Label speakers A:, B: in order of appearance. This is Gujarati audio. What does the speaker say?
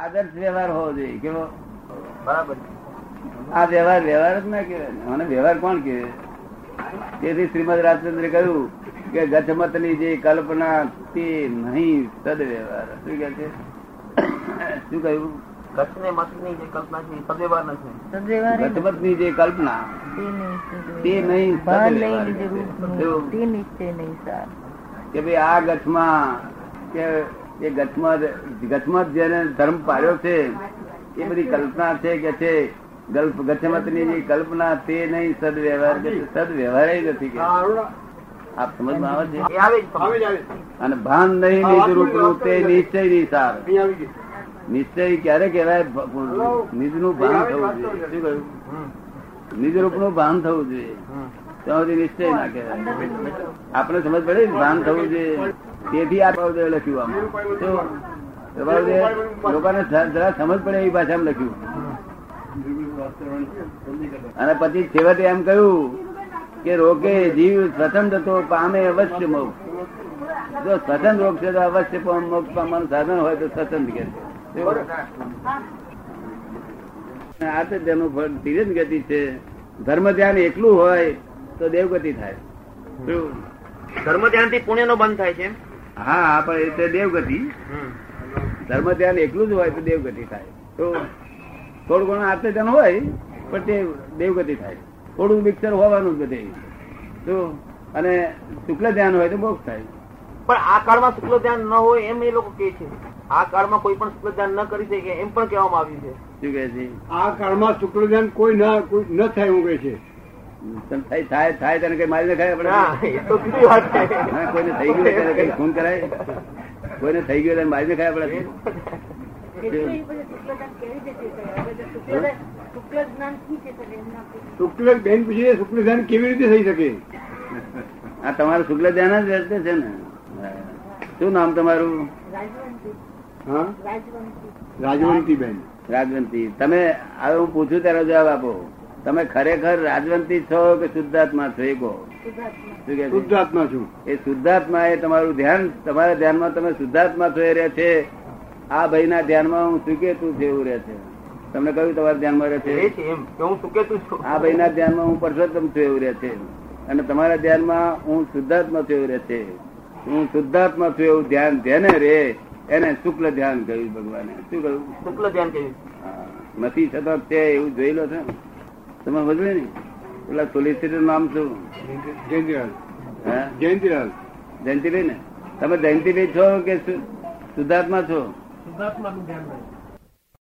A: આદર્શ વ્યવહાર હોવો જોઈએ કેવો
B: બરાબર
A: આ વ્યવહાર વ્યવહાર જ ના કહેવાય અને વ્યવહાર કોણ કહેવાય તેથી શ્રીમદ રાજચંદ્ર કહ્યું કે ગચમતની જે કલ્પના તે નહીં તદ વ્યવહાર શું કહે છે શું કહ્યું
B: ગત ને મત ની જે કલ્પના છે એ સદવ્યવહાર નથી
C: સદવ્યવહારી
A: ગચમતની જે કલ્પના
C: તે નહીં
A: તે
C: સદવ્યવહારી.
A: નહીં
C: ભાન
A: સદવ્યવહારી.
C: નહીં લીધે રૂપનું.
A: એવું.
C: તે નિશ્ચય નહીં સાર
A: કે ભાઈ આ ગતમાં કે એ ગતમાં ગતમાં જેને ધર્મ પાડ્યો છે એ બધી કલ્પના છે કે છે ગલ્પ ગચમતની જે કલ્પના તે નહીં સદવ્યવહાર કે છે. સદવ્યવહાર જ નથી કે આપ સમજમાં આવે છે
B: એ આવે જ સમજ.
A: અને ભાન નહીં નિજરૂપનું તે નિશ્ચય ની સાર નિશ્ચય ક્યારે કહેવાય ભ- નિજનું ભાન થવું જોઈએ શું કહ્યું
B: હમ.
A: નિજરૂપનું ભાન થવું જોઈએ
B: હમ.
A: ત્યાં સુધી નિશ્ચય ના કહેવાય આપણે સમજ પડે ને ભાન થવું જોઈએ તેથી આ પ્રભાવદેવે લખ્યું આમાં તો પ્રભાવદેવ લોકોને જ- જરા સમજ પડે એવી ભાષામાં લખ્યું અને પછી છેવટે એમ કહ્યું કે રોગે જીવ સ્વતંત્ર તો પામે અવશ્ય મોક્ષ જો સ્વતંત્ર રોગ છે તો અવશ્ય પામ- મોક્ષ પામવાનું સાધન હોય તો સ્વતંત્ર કે અને આ તો તેનું ફળ ધીરજ ગતિ છે ધર્મ ધ્યાન એકલું હોય તો દેવગતિ થાય શું?
B: ધર્મ ધ્યાનથી પુણ્યનો બંધ થાય છે
A: હા હા પણ એ તો દેવગતિ ધર્મ ધ્યાન એકલું જ હોય તો દેવગતિ થાય તો થોડું ઘણું આત્મધ્યાન હોય પણ તે દેવગતિ થાય થોડું મિક્સર હોવાનું જ બધે તો અને શુક્લ ધ્યાન હોય તો મોક્ષ થાય
B: પણ આ કાળમાં શુક્લ ધ્યાન ન હોય એમ એ લોકો કહે છે આ કાળમાં કોઈ પણ શુક્લ ધ્યાન ન કરી શકે એમ પણ કહેવામાં આવ્યું છે
A: શું કહે છે
D: આ કાળમાં શુક્રધ્યાન કોઈ ના કોઈ ન થાય એવું કહે છે
A: તને થાય થાય થાય તને કઈ મારી નખાય
B: હા,
A: આપણે
B: એ તો બીજી વાત છે
A: હા, કોઈને થઈ ગયું હોય ત્યારે કઈ ખૂન કરાય કોઈને થઈ ગયું ત્યારે મારી નખાય આપણે
D: શુક્લ બેન પૂછીએ શુક્રધ્યાન કેવી રીતે થઈ શકે
A: આ તમારું શુક્લ ધ્યાન જ રહેશે છે ને શું નામ તમારું
D: હા રાજવંતી બેન
A: રાજવંતી તમે હવે હું પૂછું ત્યારે જવાબ આપો તમે ખરેખર રાજવંતી છો કે શુદ્ધાત્મા છો એ કહો શું કહે છે?
D: શુદ્ધાત્મા છું
A: એ શુદ્ધાત્મા એ તમારું ધ્યાન તમારા ધ્યાનમાં તમે શુદ્ધાત્મા છો એ રહે છે આ ભાઈના ધ્યાનમાં હું સુકેતું છે એવું રહે છે તમને કહ્યું તમારા ધ્યાનમાં રહે
B: એ
A: છે
B: છે એમ કે હું સુકેતું છું
A: આ ભાઈના ધ્યાનમાં હું પરસોત્તમ છું એવું રહે છે અને તમારા ધ્યાનમાં હું શુદ્ધાત્મા છું એવું રહે છે હું શુદ્ધાત્મા છું એવું ધ્યાન જેને રે એને શુક્લ ધ્યાન કહ્યું ભગવાને શું કહ્યું
B: શુક્લ ધ્યાન કહ્યું
A: હા, નથી થતા તે એવું જોઈ લો છો તમે સમજે ને પેલા સોલિસિટર નામ શું
D: જયંતિલાલ
A: હે
D: જયંતિલાલ
A: જયંતિભાઈ ને તમે જયંતિભાઈ છો કે સુ- શુદ્ધાત્મા છો